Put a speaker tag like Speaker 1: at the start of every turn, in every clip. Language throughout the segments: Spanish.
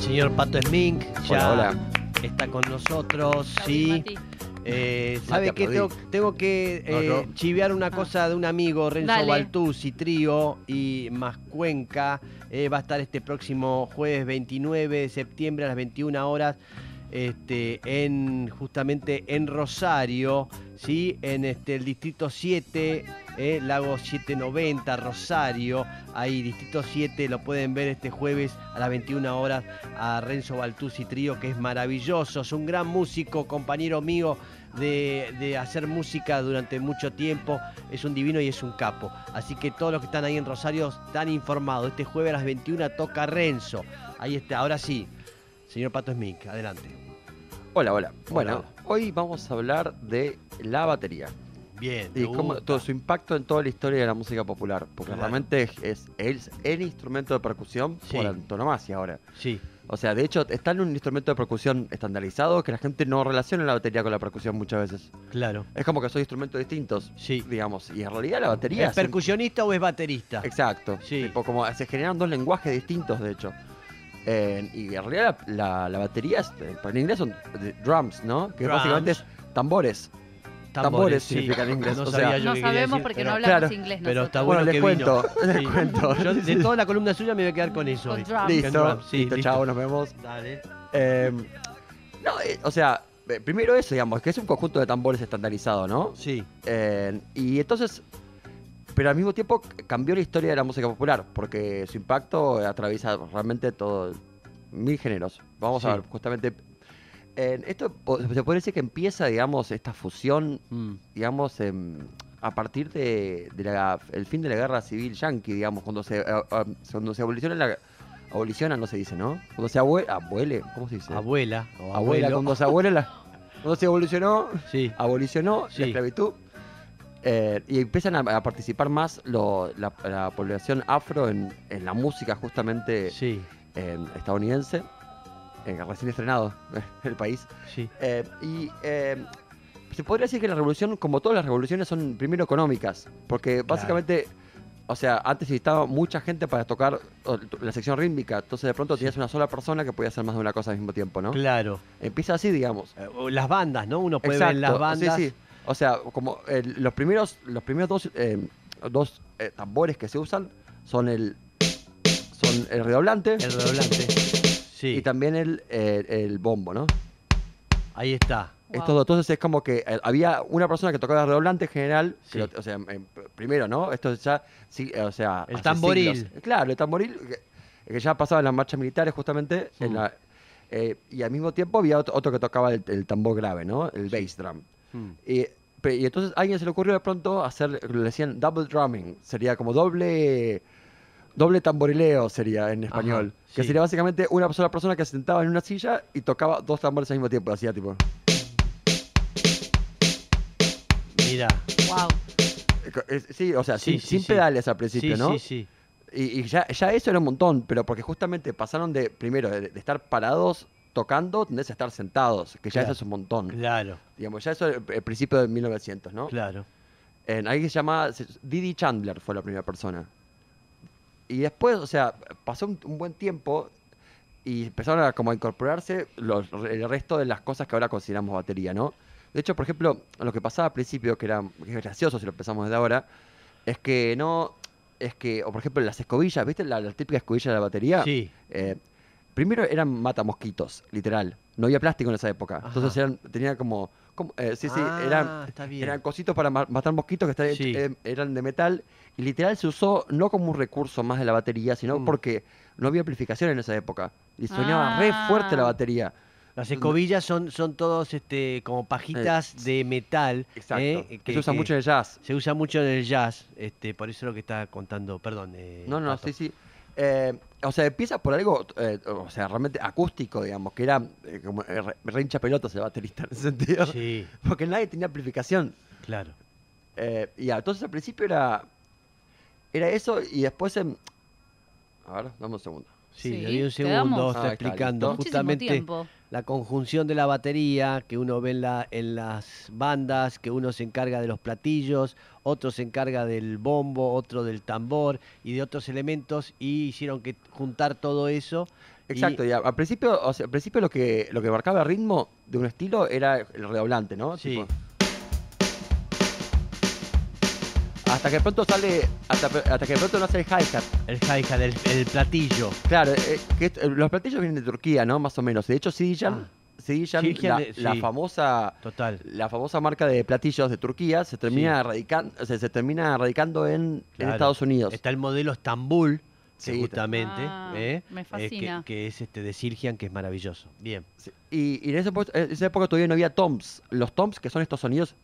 Speaker 1: señor Pato Smink ya
Speaker 2: Hola, hola.
Speaker 1: está con nosotros.
Speaker 3: Abril,
Speaker 1: Sí.
Speaker 3: Mati.
Speaker 1: Eh, ¿Sabe
Speaker 2: te
Speaker 1: qué? Tengo,
Speaker 2: aplaudí.
Speaker 1: tengo que
Speaker 2: No,
Speaker 1: eh,
Speaker 2: yo.
Speaker 1: chivear una
Speaker 3: Ah.
Speaker 1: cosa de un amigo, Renzo
Speaker 3: Dale.
Speaker 1: Baltuzzi, Trío y Mascuenca. Eh, va a estar este próximo jueves 29 de septiembre a las 21 horas. Este, en justamente en Rosario, ¿sí? en este, el distrito 7, eh, Lago 790, Rosario, ahí distrito 7, lo pueden ver este jueves a las 21 horas a Renzo Baltuzzi Trío, que es maravilloso, es un gran músico, compañero mío de, de hacer música durante mucho tiempo, es un divino y es un capo. Así que todos los que están ahí en Rosario están informados, este jueves a las 21 toca Renzo, ahí está, ahora sí, señor Pato Smink, adelante.
Speaker 2: Hola, hola. Bueno,
Speaker 1: Hola.
Speaker 2: hoy vamos a hablar de la batería
Speaker 1: Bien,
Speaker 2: y
Speaker 1: te
Speaker 2: cómo,
Speaker 1: gusta.
Speaker 2: todo su impacto en toda la historia de la música popular, porque
Speaker 1: Claro.
Speaker 2: realmente es, es el, el instrumento de percusión
Speaker 1: Sí.
Speaker 2: por antonomasia ahora.
Speaker 1: sí,
Speaker 2: O sea, de hecho, está en un instrumento de percusión estandarizado que la gente no relaciona la batería con la percusión muchas veces.
Speaker 1: claro,
Speaker 2: Es como que son instrumentos distintos,
Speaker 1: sí.
Speaker 2: digamos, y en realidad la batería...
Speaker 1: ¿Es
Speaker 2: es un-
Speaker 1: percusionista o es
Speaker 2: Eh,
Speaker 1: baterista?
Speaker 2: Exacto.
Speaker 1: Sí.
Speaker 2: Tipo, como se generan dos lenguajes distintos, de hecho. Eh, y en realidad la, la- la batería, es, eh, en inglés son de- drums, ¿no? Que
Speaker 1: Drums.
Speaker 2: básicamente es tambores. tambores significa en inglés,
Speaker 1: No
Speaker 2: o sea,
Speaker 1: sabía yo
Speaker 3: No
Speaker 1: qué quería
Speaker 3: sabemos
Speaker 1: decir,
Speaker 3: porque
Speaker 1: pero-
Speaker 3: no hablamos
Speaker 2: claro,
Speaker 3: inglés nosotros.
Speaker 1: Pero está
Speaker 2: Bueno,
Speaker 1: bueno,
Speaker 2: les
Speaker 1: que
Speaker 2: cuento,
Speaker 1: vino.
Speaker 2: les
Speaker 1: Sí.
Speaker 2: cuento.
Speaker 1: Yo de toda la columna suya me voy a quedar con eso.
Speaker 3: Con
Speaker 1: hoy.
Speaker 3: drums.
Speaker 2: Listo,
Speaker 1: Ah, Sí,
Speaker 2: listo,
Speaker 1: listo.
Speaker 2: chao, nos vemos.
Speaker 1: Dale.
Speaker 2: Eh, no, eh, o sea, eh, primero eso, digamos, que es un conjunto de tambores estandarizado, ¿no?
Speaker 1: Sí,
Speaker 2: Eh, y entonces, pero al mismo tiempo c- cambió la historia de la música popular, porque su impacto eh, atraviesa realmente todo, mil géneros. Vamos
Speaker 1: Sí.
Speaker 2: a ver, justamente, en esto po- se puede decir que empieza, digamos, esta fusión,
Speaker 1: Mm.
Speaker 2: digamos, em, a partir de, de la- el fin de la guerra civil yanqui, digamos, cuando se, eh, eh, cuando se aboliciona la... Abolicionan, no se dice, ¿no? Cuando se abue, abuele, ¿cómo se dice?
Speaker 1: abuela o
Speaker 2: Abuela, Ah,
Speaker 1: abuelo.
Speaker 2: cuando se abuela, la- cuando se evolucionó
Speaker 1: Sí,
Speaker 2: abolicionó
Speaker 1: Sí.
Speaker 2: la esclavitud eh, y empiezan a, a participar más lo- la, la población afro en, en la música justamente
Speaker 1: sí,
Speaker 2: en estadounidense, en- recién estrenado el país.
Speaker 1: sí.
Speaker 2: Eh, y eh, se podría decir que la revolución, como todas las revoluciones, son primero económicas, porque básicamente... O sea, antes necesitaba mucha gente para tocar o, la sección rítmica, entonces de pronto tenías una sola persona que podía hacer más de una cosa al mismo tiempo, ¿no?
Speaker 1: Claro.
Speaker 2: Empieza así, digamos.
Speaker 1: Eh, o Las bandas, ¿no? Uno puede ver
Speaker 2: Exacto,
Speaker 1: las bandas.
Speaker 2: Sí, sí. O sea, como eh, los primeros, los primeros dos, eh, dos eh, tambores que se usan son el son el redoblante
Speaker 1: El redoblante. Sí,
Speaker 2: y también el, eh, el bombo, ¿no?
Speaker 1: ahí está.
Speaker 3: Wow.
Speaker 2: Estos dos, entonces es como que eh, había una persona que tocaba el redoblante en general, que
Speaker 1: Sí.
Speaker 2: lo- o sea, em, primero, ¿no? Esto ya, sí, eh, o sea,
Speaker 1: El
Speaker 2: hace
Speaker 1: tamboril.
Speaker 2: siglos. Claro, el tamboril que, que ya pasaba en las marchas militares justamente en
Speaker 1: Mm.
Speaker 2: la- eh, y al mismo tiempo había otro, otro que tocaba el, el tambor grave, ¿no? El bass drum. Y, pe- y entonces a alguien se le ocurrió de pronto hacer, le decían double drumming, sería como doble doble tamborileo sería en español,
Speaker 1: Ajá,
Speaker 2: que
Speaker 1: sí.
Speaker 2: sería básicamente una sola persona que se sentaba en una silla y tocaba dos tambores al mismo tiempo, hacía tipo
Speaker 1: Mira.
Speaker 3: Wow.
Speaker 2: es- sí, o sea,
Speaker 1: Sí,
Speaker 2: sin,
Speaker 1: sí,
Speaker 2: sin
Speaker 1: sí.
Speaker 2: pedales al
Speaker 1: Sí,
Speaker 2: principio, ¿no?
Speaker 1: sí, sí.
Speaker 2: Y, y ya, ya eso era un montón, pero porque justamente pasaron de, primero, de, de estar parados tocando, tendés a estar sentados, que ya
Speaker 1: Claro.
Speaker 2: eso es un montón.
Speaker 1: Claro,
Speaker 2: Digamos, ya eso es el, el principio de 1900, ¿no?
Speaker 1: claro.
Speaker 2: En, alguien se llama se- Didi Chandler fue la primera persona. Y después, o sea, pasó un, un buen tiempo y empezaron a como a incorporarse los- el resto de las cosas que ahora consideramos batería, ¿no? De hecho, por ejemplo, lo que pasaba al principio, que era que es gracioso si lo pensamos desde ahora, es que no, es que, o por ejemplo, las escobillas, ¿viste? La, la típica escobilla de la batería.
Speaker 1: Sí,
Speaker 2: Eh, primero eran matamosquitos, literal. No había plástico en esa época.
Speaker 1: Ajá.
Speaker 2: Entonces eran, tenía como, como- eh, sí, sí,
Speaker 1: Ah,
Speaker 2: eran,
Speaker 1: está bien.
Speaker 2: eran cositos para ma- matar mosquitos que estaban hechos-
Speaker 1: Sí.
Speaker 2: eh, eran de metal. Y literal se usó no como un recurso más de la batería, sino
Speaker 1: Mm.
Speaker 2: porque no había amplificación en esa época. Y sonaba re
Speaker 3: Ah.
Speaker 2: fuerte la batería.
Speaker 1: las escobillas son, son todos este, como pajitas de metal.
Speaker 2: Eh, Exacto.
Speaker 1: ¿eh?
Speaker 2: que se usa mucho en el jazz.
Speaker 1: Se usa mucho en el jazz, este, por eso lo que está contando, perdón. eh,
Speaker 2: No, no,
Speaker 1: Pato.
Speaker 2: sí, sí. Eh, o sea, empieza por algo, eh, o sea, realmente acústico, digamos, que era eh, como eh, re, re hincha pelotas el baterista en ese sentido.
Speaker 1: Sí,
Speaker 2: Porque nadie tenía amplificación.
Speaker 1: claro.
Speaker 2: Eh, y ya, entonces al principio era. Era eso y después. em, A ver, dame un segundo.
Speaker 1: Sí,
Speaker 3: Sí,
Speaker 1: le di un
Speaker 3: te damos.
Speaker 1: segundo,
Speaker 2: Ah,
Speaker 1: está
Speaker 2: ahí está,
Speaker 1: explicando
Speaker 2: listo.
Speaker 3: Muchísimo
Speaker 1: justamente
Speaker 3: tiempo.
Speaker 1: la conjunción de la batería que uno ve en, la- en las bandas, que uno se encarga de los platillos, otro se encarga del bombo, otro del tambor y de otros elementos y hicieron que juntar todo eso. y-
Speaker 2: Exacto, y a- al principio, o sea, al principio lo que lo que marcaba el ritmo de un estilo era el redoblante, ¿no?
Speaker 1: Sí.
Speaker 2: hasta que de pronto sale, hasta, hasta que de pronto no hace el hi-hat.
Speaker 1: el hi-hat, el, el platillo.
Speaker 2: Claro, eh, que esto- eh, los platillos vienen de Turquía, ¿no? Más o menos. De hecho, CD Jam, CD Jam,
Speaker 1: CD Jam
Speaker 2: la,
Speaker 1: de-
Speaker 2: la
Speaker 1: sí.
Speaker 2: famosa
Speaker 1: Total.
Speaker 2: la famosa marca de platillos de Turquía se termina radicando, se, se termina radicando en, en
Speaker 1: Claro.
Speaker 2: Estados Unidos.
Speaker 1: Está el modelo Estambul, que
Speaker 2: Sí,
Speaker 1: justamente.
Speaker 3: Ah,
Speaker 1: ¿eh?
Speaker 3: me
Speaker 1: Eh, que-
Speaker 3: fascina.
Speaker 1: que, es este de Sirgian, que es maravilloso. Bien.
Speaker 2: Sí. Y, y en esa, epo- en esa época todavía no había toms. Los toms, que son estos sonidos,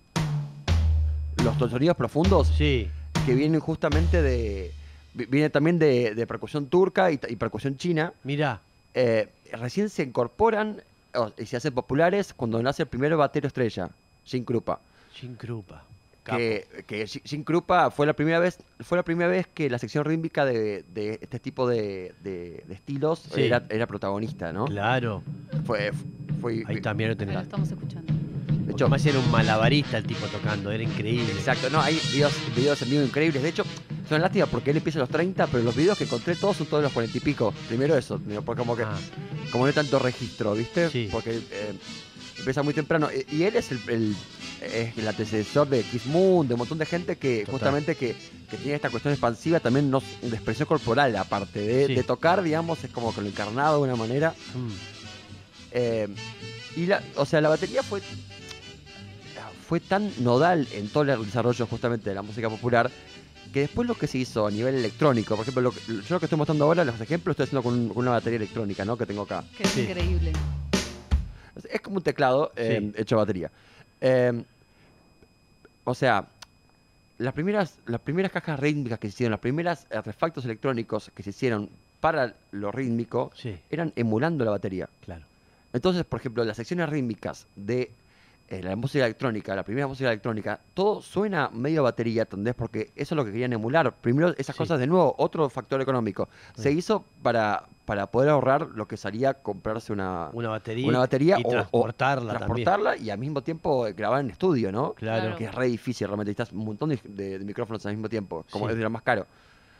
Speaker 2: los to- sonidos profundos,
Speaker 1: Sí,
Speaker 2: que vienen justamente de. vi- Viene también de, de percusión turca y, ta- y percusión china.
Speaker 1: mirá.
Speaker 2: eh, recién se incorporan o- y se hacen populares cuando nace el primer batero estrella, Jim Krupa.
Speaker 1: Sin Krupa. capo.
Speaker 2: Que, que Jim Jim Krupa fue la primera vez fue la primera vez que la sección rítmica de, de este tipo de, de- de estilos
Speaker 1: Sí.
Speaker 2: era, era protagonista, ¿no?
Speaker 1: Claro,
Speaker 2: Fue, fue-
Speaker 1: ahí también lo
Speaker 3: Ahí lo
Speaker 1: tenés.
Speaker 3: estamos escuchando.
Speaker 2: de
Speaker 1: Porque
Speaker 2: hecho,
Speaker 1: más era un malabarista el tipo tocando, era increíble.
Speaker 2: Exacto, no, hay videos, videos en vivo increíbles. De hecho, son lástima porque él empieza a los 30, pero los videos que encontré todos son todos de los 40 y pico. Primero eso, digo, porque como que
Speaker 1: Ah,
Speaker 2: como no hay tanto registro, ¿viste?
Speaker 1: Sí.
Speaker 2: Porque eh, empieza muy temprano. E, Y, y él es el, el- es el antecesor de Kiss Moon, de un montón de gente que
Speaker 1: Total.
Speaker 2: justamente que, que tiene esta cuestión expansiva, también nos, de expresión corporal, aparte de,
Speaker 1: Sí.
Speaker 2: de tocar, digamos, es como que lo encarnado de una manera.
Speaker 1: mm,
Speaker 2: Eh, y la, o sea, la batería fue, fue tan nodal en todo el desarrollo justamente de la música popular que después lo que se hizo a nivel electrónico, por ejemplo, lo que- yo lo que estoy mostrando ahora, los ejemplos, estoy haciendo con, un- con una batería electrónica, ¿no? Que tengo acá.
Speaker 3: Que es
Speaker 1: Sí.
Speaker 3: increíble.
Speaker 2: Es como un teclado eh,
Speaker 1: Sí.
Speaker 2: hecho batería. Eh, o sea, las primeras, las primeras cajas rítmicas que se hicieron, los primeros artefactos electrónicos que se hicieron para lo rítmico,
Speaker 1: sí,
Speaker 2: eran emulando la batería.
Speaker 1: claro.
Speaker 2: Entonces, por ejemplo, las secciones rítmicas de eh, la música electrónica, la primera música electrónica, todo suena medio a batería, ¿entendés? Porque eso es lo que querían emular. Primero, esas
Speaker 1: Sí.
Speaker 2: cosas, de nuevo, otro factor económico. Se
Speaker 1: Sí.
Speaker 2: hizo para, para poder ahorrar lo que salía comprarse una,
Speaker 1: Una batería,
Speaker 2: una batería
Speaker 1: y
Speaker 2: o- o
Speaker 1: transportarla, también.
Speaker 2: transportarla y al mismo tiempo eh, grabar en estudio, ¿no?
Speaker 1: Claro,
Speaker 2: Que es re difícil, realmente necesitas un montón de, de- de micrófonos al mismo tiempo, como
Speaker 1: Sí.
Speaker 2: es de lo más caro.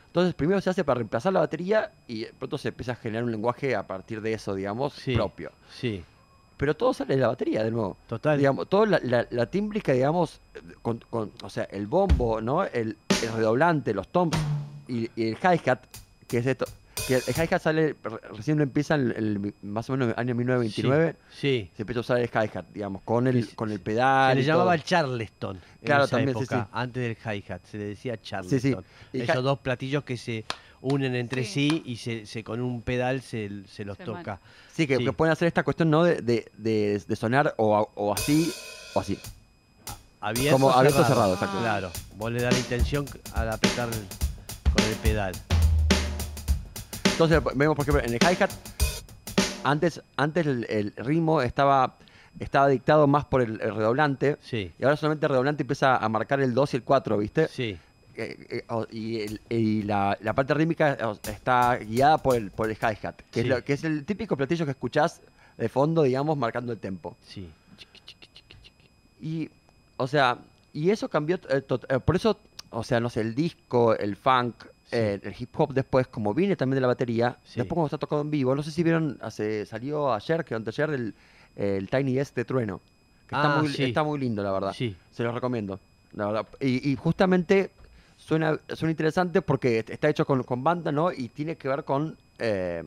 Speaker 2: Entonces, primero se hace para reemplazar la batería y eh, pronto se empieza a generar un lenguaje a partir de eso, digamos,
Speaker 1: Sí.
Speaker 2: propio.
Speaker 1: sí,
Speaker 2: Pero todo sale de la batería, de nuevo.
Speaker 1: total.
Speaker 2: Digamos, toda la, la, la tímbrica, digamos, con, con- o sea, el bombo, ¿no? El, el redoblante, los toms y, y el hi-hat, que es esto. Que el hi-hat sale, re- recién lo empieza en el- más o menos en el año 1929.
Speaker 1: Sí, sí.
Speaker 2: Se empieza a usar el hi-hat, digamos, con
Speaker 1: Que
Speaker 2: el,
Speaker 1: se-
Speaker 2: con el
Speaker 1: se-
Speaker 2: pedal.
Speaker 1: Se le
Speaker 2: y
Speaker 1: llamaba
Speaker 2: todo.
Speaker 1: el Charleston. En
Speaker 2: Ah, Claro,
Speaker 1: esa
Speaker 2: también, sí,
Speaker 1: época,
Speaker 2: sí.
Speaker 1: Antes del hi-hat, se le decía Charleston.
Speaker 2: Y hi-
Speaker 1: Esos dos platillos que se unen entre sí,
Speaker 3: Sí.
Speaker 1: y se, se- con un pedal se, se los
Speaker 3: Se
Speaker 1: toca.
Speaker 2: Sí, que,
Speaker 1: sí.
Speaker 2: que pueden hacer esta cuestión, ¿no? De, de, de- de sonar o, a- o así o así.
Speaker 1: Abierto,
Speaker 2: Como abierto, cerrado,
Speaker 3: exacto.
Speaker 1: Claro, vos le das la intención al apretar el- con el pedal.
Speaker 2: Entonces vemos, por ejemplo, en el hi-hat, antes, antes el, el ritmo estaba, estaba dictado más por el, el redoblante.
Speaker 1: Sí,
Speaker 2: Y ahora solamente el redoblante empieza a marcar el 2 y el 4, ¿viste?
Speaker 1: sí,
Speaker 2: Eh, eh, o- y el- y la, la parte rítmica eh, o- está guiada por el, por el hi-hat, que, es
Speaker 1: Sí.
Speaker 2: lo- que es el típico platillo que escuchás de fondo, digamos, marcando el tempo.
Speaker 1: sí.
Speaker 2: Y, o sea, y eso cambió, eh, tot- eh, por eso, o sea, no sé, el disco, el funk, eh, el hip hop después, como viene también de la batería,
Speaker 1: Sí.
Speaker 2: después cuando está tocado en vivo, no sé si vieron, hace, salió ayer, que anteayer, el, el Tiny Desk de Trueno, que está,
Speaker 1: Ah,
Speaker 2: muy,
Speaker 1: sí.
Speaker 2: está muy lindo, la verdad.
Speaker 1: Sí,
Speaker 2: Se los recomiendo, la verdad. Y, y justamente suena, suena interesante porque est- está hecho con, con banda, ¿no? Y tiene que ver con eh,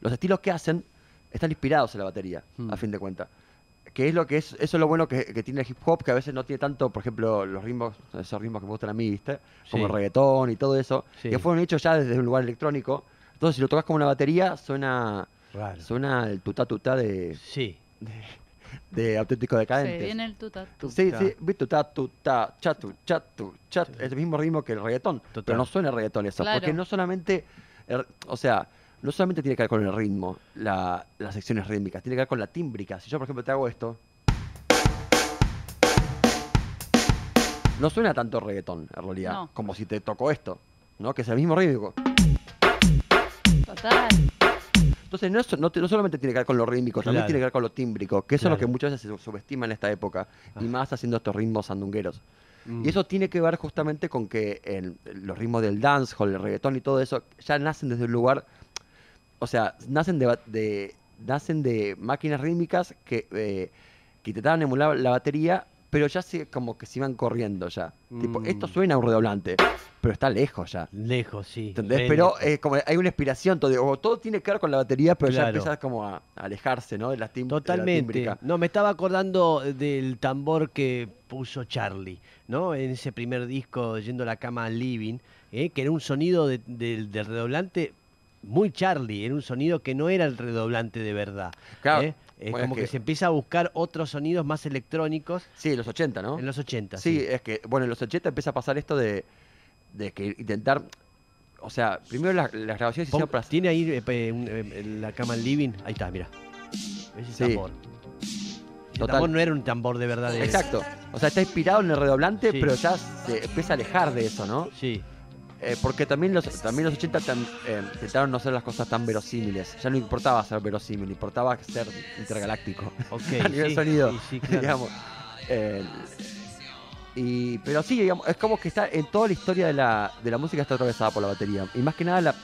Speaker 2: los estilos que hacen, están inspirados en la batería,
Speaker 1: Hmm.
Speaker 2: a fin de cuentas. Que es lo que es, eso es lo bueno que, que tiene el hip hop, que a veces no tiene tanto, por ejemplo, los ritmos, esos ritmos que me gustan a mí, ¿viste? Como
Speaker 1: Sí.
Speaker 2: el reggaetón y todo eso,
Speaker 1: Sí.
Speaker 2: que fueron hechos ya desde un lugar electrónico. Entonces, si lo tocas como una batería, suena,
Speaker 1: raro.
Speaker 2: suena el tutá tutá de,
Speaker 1: Sí,
Speaker 2: de auténtico decadente.
Speaker 3: Se viene el tuta.
Speaker 2: Sí,
Speaker 1: Tuta.
Speaker 2: sí, viste, ta, tu, ta, chatu, chatu, chat, es el mismo ritmo que el reggaetón,
Speaker 1: Total.
Speaker 2: pero no suena reggaetón eso,
Speaker 3: Claro.
Speaker 2: porque no solamente, el- o sea, no solamente tiene que ver con el ritmo, la- las secciones rítmicas, tiene que ver con la tímbrica. Si yo, por ejemplo, te hago esto, no suena tanto reggaetón, en realidad,
Speaker 3: No.
Speaker 2: como si te tocó esto, ¿no? Que es el mismo ritmo.
Speaker 3: Total.
Speaker 2: Entonces, no, es- no te- no solamente tiene que ver con lo rítmico, también
Speaker 1: Claro.
Speaker 2: tiene que ver con lo tímbrico, que eso es lo
Speaker 1: Claro.
Speaker 2: que muchas veces se subestima en esta época, y
Speaker 1: Ah.
Speaker 2: más haciendo estos ritmos sandungueros.
Speaker 1: Mm.
Speaker 2: Y eso tiene que ver justamente con que el- los ritmos del dancehall, el reggaetón y todo eso ya nacen desde un lugar, o sea, nacen de, ba- de- nacen de máquinas rítmicas que, eh, que intentaban emular la batería, pero ya se, como que se iban corriendo ya. Tipo,
Speaker 1: Mm.
Speaker 2: esto suena a un redoblante, pero está lejos ya.
Speaker 1: Lejos, sí.
Speaker 2: ¿Entendés?
Speaker 1: re
Speaker 2: Pero
Speaker 1: lejos.
Speaker 2: eh, como hay una inspiración, todo, o todo tiene que ver con la batería, pero ya
Speaker 1: Claro.
Speaker 2: empiezas como a, a alejarse, ¿no? De la tim- de la
Speaker 1: Totalmente.
Speaker 2: tímbrica.
Speaker 1: No, me estaba acordando del tambor que puso Charlie, ¿no? En ese primer disco, yendo a la cama al living, ¿eh? que era un sonido de- del del redoblante muy Charlie, era un sonido que no era el redoblante de verdad.
Speaker 2: Claro,
Speaker 1: ¿eh? Es
Speaker 2: bueno, es
Speaker 1: como que...
Speaker 2: que-
Speaker 1: se empieza a buscar otros sonidos más electrónicos
Speaker 2: Sí, los 80, ¿no?
Speaker 1: en los 80.
Speaker 2: Sí, eh, es que, bueno, en los 80 empieza a pasar esto de, de que intentar. O sea, primero las, las grabaciones se
Speaker 1: Pon-
Speaker 2: hicieron para.
Speaker 1: Tiene ahí eh, pe- un- eh, la cama al living. Ahí está, mira. Ese
Speaker 2: Sí.
Speaker 1: tambor. El
Speaker 2: Total.
Speaker 1: tambor no era un tambor de verdad. de-
Speaker 2: Exacto. O sea, está inspirado en el redoblante,
Speaker 1: Sí.
Speaker 2: pero ya se empieza a alejar de eso, ¿no?
Speaker 1: Sí.
Speaker 2: Eh, porque también los, también los 80 tam- eh, intentaron no hacer las cosas tan verosímiles. Ya no importaba ser verosímil, importaba ser intergaláctico.
Speaker 1: Ok.
Speaker 2: a nivel
Speaker 1: sí,
Speaker 2: sonido.
Speaker 1: sí, sí, claro.
Speaker 2: digamos. Eh, y, pero sí, digamos, es como que está en toda la historia de la, de la música está atravesada por la batería. Y más que nada, la,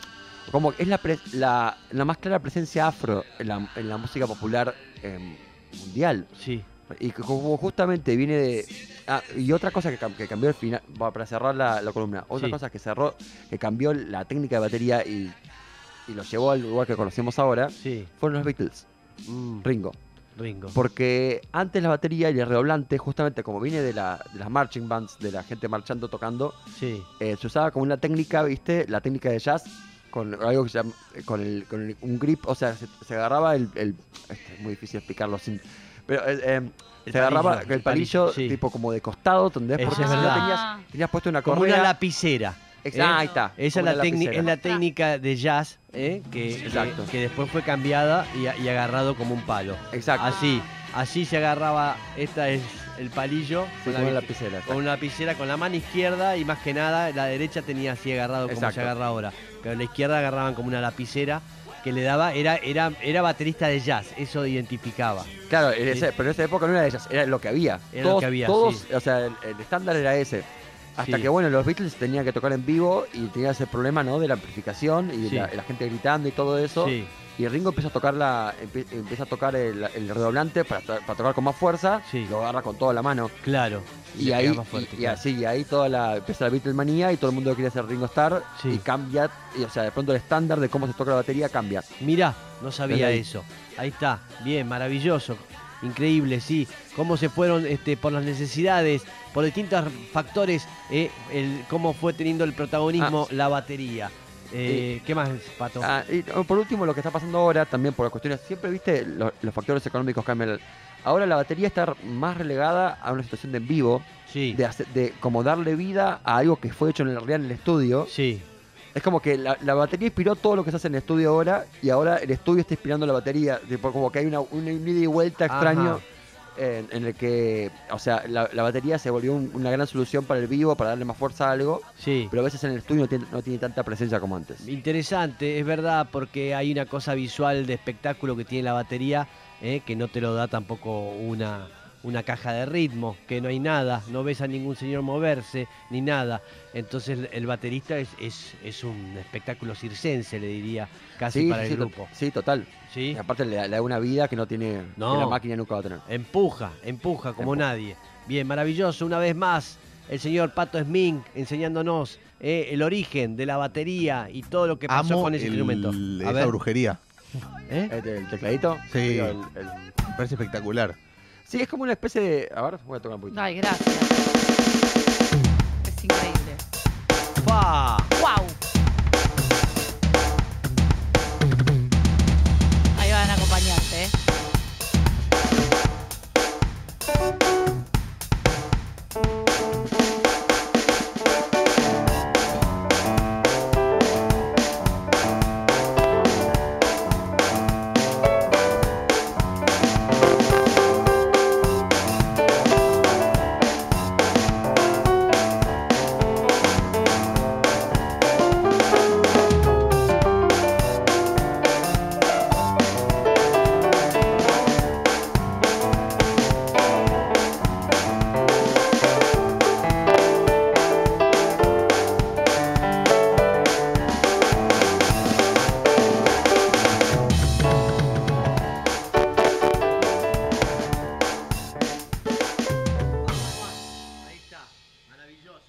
Speaker 2: como que es la, pre- la, la más clara presencia afro en la, en la música popular eh, mundial.
Speaker 1: Sí.
Speaker 2: Y que como justamente viene de. Ah, y otra cosa que, cam- que cambió el final. va, Para cerrar la, la columna. Otra
Speaker 1: Sí.
Speaker 2: cosa que cerró. Que cambió la técnica de batería y, y lo llevó al lugar que conocemos ahora.
Speaker 1: Sí.
Speaker 2: Fueron los Beatles.
Speaker 1: Mm,
Speaker 2: Ringo.
Speaker 1: Ringo.
Speaker 2: Porque antes la batería y el redoblante, justamente como viene de, la- de las marching bands, de la gente marchando, tocando,
Speaker 1: Sí.
Speaker 2: eh, se usaba como una técnica, ¿viste? La técnica de jazz con algo que se llama- eh, con, el- con el- un grip, o sea, se, se agarraba el, el- este, es muy difícil explicarlo sin... Pero eh, eh,
Speaker 1: El
Speaker 2: se agarraba
Speaker 1: palillo,
Speaker 2: el
Speaker 1: el
Speaker 2: palillo,
Speaker 1: palillo, sí.
Speaker 2: tipo como de costado, donde
Speaker 1: Eso
Speaker 2: porque
Speaker 1: es
Speaker 2: si no
Speaker 1: verdad.
Speaker 2: tenías, tenías puesto una
Speaker 1: Como
Speaker 2: correa.
Speaker 1: una lapicera.
Speaker 2: Ex-
Speaker 1: ¿eh?
Speaker 2: ah, ahí está.
Speaker 1: Esa es
Speaker 2: como
Speaker 1: la,
Speaker 2: una
Speaker 1: técnica,
Speaker 2: lapicera.
Speaker 1: es la técnica de jazz ¿eh? que, que-
Speaker 2: Exacto.
Speaker 1: Que, después fue cambiada y, a- y agarrado como un palo.
Speaker 2: Exacto.
Speaker 1: Así, así se agarraba. Esta es el palillo
Speaker 2: Sí,
Speaker 1: con,
Speaker 2: como una
Speaker 1: la,
Speaker 2: lapicera.
Speaker 1: con una lapicera con la mano izquierda y más que nada la derecha tenía así agarrado como
Speaker 2: Exacto.
Speaker 1: se agarra ahora. Con la izquierda agarraban como una lapicera que le daba era era era baterista de jazz. Eso identificaba.
Speaker 2: Claro, en ese- pero en esa época no era de ellas, era lo que había.
Speaker 1: Era lo
Speaker 2: todos,
Speaker 1: que había,
Speaker 2: todos,
Speaker 1: sí.
Speaker 2: o sea, el, el estándar era ese. Hasta
Speaker 1: Sí.
Speaker 2: que, bueno, los Beatles tenían que tocar en vivo y tenía ese problema, ¿no? De la amplificación y
Speaker 1: Sí.
Speaker 2: la, la gente gritando y todo eso.
Speaker 1: Sí,
Speaker 2: Y Ringo empieza a tocar la empie- empieza a tocar el, el redoblante para, to- para tocar con más fuerza.
Speaker 1: Sí.
Speaker 2: Lo agarra con toda la mano.
Speaker 1: claro.
Speaker 2: Y,
Speaker 1: le
Speaker 2: ahí,
Speaker 1: pegaba fuerte,
Speaker 2: y- y,
Speaker 1: claro.
Speaker 2: así, y ahí toda la, empieza la Beatlemanía y todo el mundo quiere ser Ringo Starr.
Speaker 1: Sí.
Speaker 2: Y cambia, y, o sea, de pronto el estándar de cómo se toca la batería cambia.
Speaker 1: Mirá, no sabía
Speaker 2: Desde ahí.
Speaker 1: eso. Ahí está, bien, maravilloso, increíble, sí. Cómo se fueron este, por las necesidades, por distintos factores, eh, el, cómo fue teniendo el protagonismo la batería. Eh, ¿Qué más, Pato?
Speaker 2: Ah, y oh, por último, lo que está pasando ahora también por las cuestiones, siempre viste, lo- los factores económicos cambian. Ahora la batería está más relegada a una situación de en vivo,
Speaker 1: sí,
Speaker 2: de, hace- de como darle vida a algo que fue hecho en el real en el estudio.
Speaker 1: sí,
Speaker 2: Es como que la, la batería inspiró todo lo que se hace en el estudio ahora y ahora el estudio está inspirando la batería. Tipo, como que hay una, una un ida y vuelta
Speaker 1: Ajá.
Speaker 2: extraño en, en el que, o sea, la, la batería se volvió un- una gran solución para el vivo, para darle más fuerza a algo,
Speaker 1: sí.
Speaker 2: pero a veces en el estudio no tiene, no tiene tanta presencia como antes.
Speaker 1: Interesante, es verdad, porque hay una cosa visual de espectáculo que tiene la batería, eh, que no te lo da tampoco una, una caja de ritmo, que no hay nada, no ves a ningún señor moverse, ni nada. Entonces el- el baterista es, es, es un espectáculo circense, le diría, casi para el
Speaker 2: to-
Speaker 1: grupo.
Speaker 2: sí, total.
Speaker 1: ¿sí?
Speaker 2: Y aparte le, da- le da una vida que no tiene que
Speaker 1: No.
Speaker 2: la máquina nunca va a tener.
Speaker 1: Empuja, empuja como
Speaker 2: Empuja.
Speaker 1: nadie. Bien, maravilloso, una vez más. El señor Pato Smink enseñándonos eh, el origen de la batería y todo lo que pasó
Speaker 3: Amo
Speaker 1: con ese
Speaker 3: el-
Speaker 1: instrumento. A
Speaker 3: esa
Speaker 1: ver,
Speaker 3: brujería.
Speaker 1: ¿eh?
Speaker 2: ¿El, Este, el tecladito?
Speaker 3: Sí.
Speaker 2: Digo, el- el-
Speaker 3: Me parece espectacular.
Speaker 2: Sí, es como una especie de. A ver, voy a tocar un poquito.
Speaker 4: Ay, gracias. Es increíble.
Speaker 1: ¡Pa!
Speaker 4: ¡Wow! Ahí van a acompañarte, ¿eh?
Speaker 3: Esta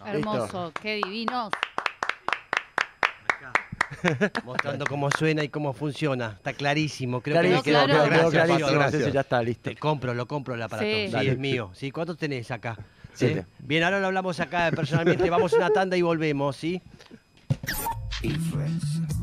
Speaker 4: hermoso, qué divinos.
Speaker 1: Mostrando cómo suena y cómo funciona. Está clarísimo. Creo
Speaker 2: Clarísimo,
Speaker 1: que me quedó
Speaker 4: claro.
Speaker 1: claro.
Speaker 2: quedó
Speaker 1: Gracias,
Speaker 2: clarísimo,
Speaker 1: Fabián.
Speaker 2: Gracias, ya está, listo.
Speaker 1: Te compro, lo compro el aparato.
Speaker 4: Sí.
Speaker 1: Sí,
Speaker 2: Dale.
Speaker 1: es mío. Sí, ¿cuántos tenés acá?
Speaker 2: Siete.
Speaker 1: ¿Eh? Bien, ahora lo hablamos acá personalmente. Vamos a una tanda y volvemos, ¿sí?
Speaker 3: Influencia.